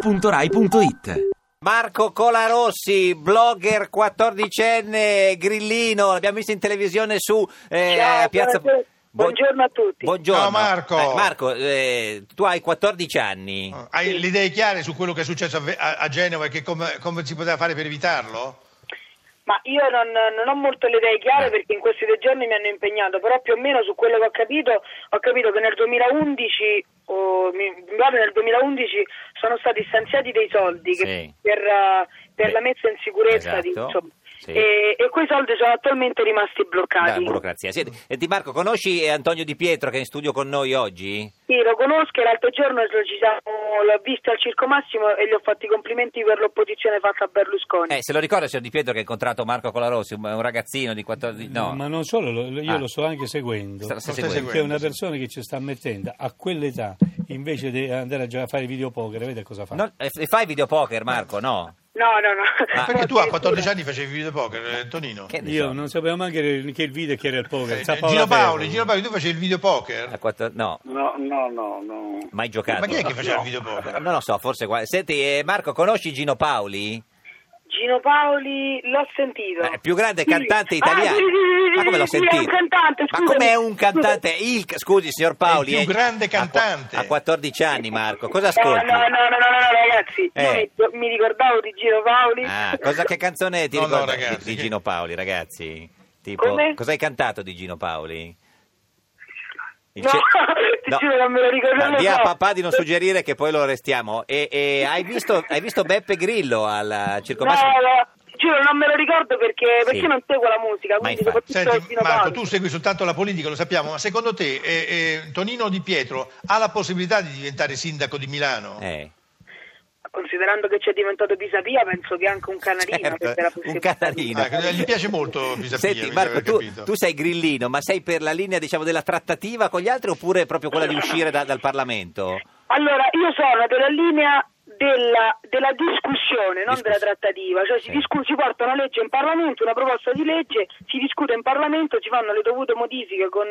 radio2pod.rai.it Marco Colarossi, blogger 14enne, grillino, l'abbiamo visto in televisione su eh, Ciao, Piazza... buonasera. Buongiorno a tutti. Buongiorno. Ciao, Marco. Eh, Marco, eh, tu hai 14 anni. Hai le idee chiare su quello che è successo a, Ve- a- a Genova e che come, come si poteva fare per evitarlo? Ma io non, non ho molto le idee Eh. chiare perché in questi due giorni mi hanno impegnato, però più o meno su quello che ho capito, ho capito che nel 2011, o mi, mi pare nel 2011 sono stati stanziati dei soldi Sì. che- per, eh, per Beh, la messa in sicurezza di- esatto, insomma. sì. e, e quei soldi sono attualmente rimasti La bloccati. burocrazia. Siete- eh, Di Marco, conosci eh, Antonio Di Pietro che è in studio con noi oggi? Sì, lo conosco e l'altro giorno lo- ci siamo- l'ho visto al Circo Massimo e gli ho fatti i complimenti per l'opposizione fatta a Berlusconi. Eh, se lo ricorda, signor Di Pietro, che ha incontrato Marco Colarossi, un, un ragazzino di 14... No, Ma non solo, lo- io Ah. lo sto anche seguendo. Sta- sta Lo stai seguendo. C'è una sì. persona che ci sta mettendo a quell'età invece di andare a giocare a fare videopoker, vede cosa fa. Non- eh, fai videopoker, Marco, no? No, no, no. Ah, Eh, Perché tu a 14 anni facevi video poker, eh, Tonino? Che ne so? Io non sapevo neanche che il video che era il poker. Eh, sa Gino Paola Paoli, Ferro. Gino Paoli, tu facevi il video poker? A quattro- No, No, no, no, no. mai giocato. Ma chi è che faceva il video poker? Eh, Non lo so, forse... qua- Senti, eh, Marco, conosci Gino Paoli? Gino Paoli, l'ho sentito. Eh, più grande Sì. cantante Ah, italiano. sì, sì, sì, sì, Ma come l'ho sì, è un sentito? cantante, Ma scusami. com'è un cantante? Il, scusi, signor Paoli. È il più eh, grande a qu- cantante. A 14 anni, Marco. Cosa No, ascolti? no, no, no, no, no, ragazzi, Eh. io mi ricordavo di Gino Paoli. Ah, cosa, che canzone ti No, no, ricorda di- ragazzi, di, che- Gino Paoli, ragazzi? Tipo, Come? cosa hai cantato di Gino Paoli? Il No, ce- ti giuro, non me lo ricordo, Ma non lo dia so. a papà di non suggerire che poi lo arrestiamo. E, e hai, visto, hai visto Beppe Grillo al Circo no, Massimo? no, giuro, non me lo ricordo perché, perché non seguo la musica, Ma quindi infatti. soprattutto Senti, Gino Marco, Paoli. tu segui soltanto la politica, lo sappiamo, ma secondo te eh, eh, Tonino Di Pietro ha la possibilità di diventare sindaco di Milano? Ah, Eh. Considerando che c'è diventato Pisapia, penso che anche un canarino. Certo, perché era possibile. un canarino. Ah, che- gli piace molto Pisapia, Senti mi Marco, aveva tu, capito. tu sei grillino, ma sei per la linea diciamo, della trattativa con gli altri oppure proprio quella di uscire da- dal Parlamento? Allora, io sono della linea della, della discussione, non Discuss- della trattativa, cioè si, Sì. discu- si porta una legge in Parlamento, una proposta di legge, si discute in Parlamento, si fanno le dovute modifiche con,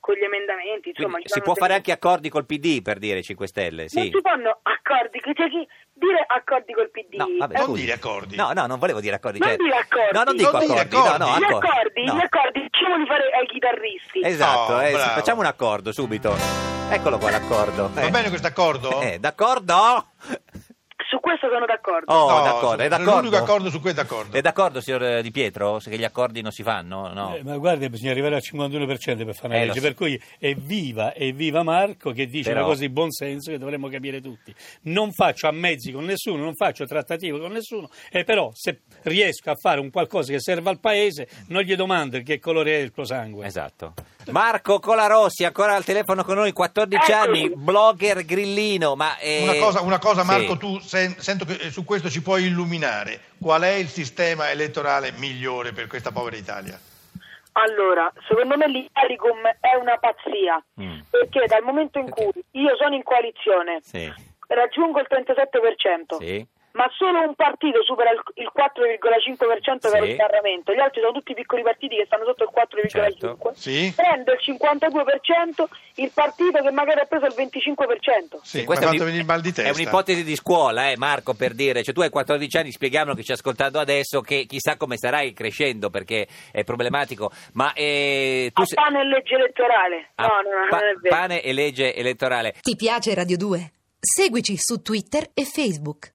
con gli emendamenti, insomma... Quindi ci si fanno può delle- fare anche accordi col PD per dire 5 Stelle, Non sì. si fanno accordi, che c'è chi dire accordi col Eh, PD. No, vabbè, Non scusi. dire accordi. No, no, non volevo dire accordi. Non cioè- dire accordi. No, non dico Non dire accordi. accordi. No, no, gli accor- accordi, no. gli accordi, diciamoli fare ai chitarristi. Esatto, Oh, eh, sì, bravo. facciamo un accordo subito. Eccolo qua l'accordo. Va bene questo accordo? Eh, d'accordo? Su questo sono d'accordo. Oh, No, d'accordo, è sono d'accordo. l'unico accordo su cui è d'accordo. È d'accordo, signor eh, Di Pietro, se che gli accordi non si fanno? No. Eh, ma guarda, bisogna arrivare al 51% per fare una Eh, lo legge, so. per cui evviva, evviva Marco che dice Però- una cosa di buon senso che dovremmo capire tutti. Non faccio a mezzi con nessuno, non faccio trattative con nessuno, e però se riesco a fare un qualcosa che serva al paese, non gli domando che colore è il tuo sangue. Esatto. Marco Colarossi, ancora al telefono con noi, 14 Ecco. anni, blogger grillino. Ma, eh, Una cosa, una cosa, Marco, sì. tu sen- sento che eh, su questo ci puoi illuminare. Qual è il sistema elettorale migliore per questa povera Italia? Allora, secondo me l'Italicum è una pazzia, Mm. perché dal momento in cui io sono in coalizione, Sì, raggiungo il 37%, sì. ma solo un partito supera il, il 4,5% per Sì. il Parlamento, gli altri sono tutti piccoli partiti che stanno sotto il 4,5%, Certo. Sì. prende il 52% il partito che magari ha preso il 25%. Sì, mi ha Questa è fatto un- venire il mal di testa. È un'ipotesi di scuola, eh, Marco, per dire. Cioè, tu hai 14 anni, spieghiamolo che ci ascoltando adesso, che chissà come sarai crescendo, perché è problematico. Ma eh, tu A sei- pane e legge elettorale. Ah, no, no, no, pa- non è vero. pane e legge elettorale. Ti piace Radio 2? Seguici su Twitter e Facebook.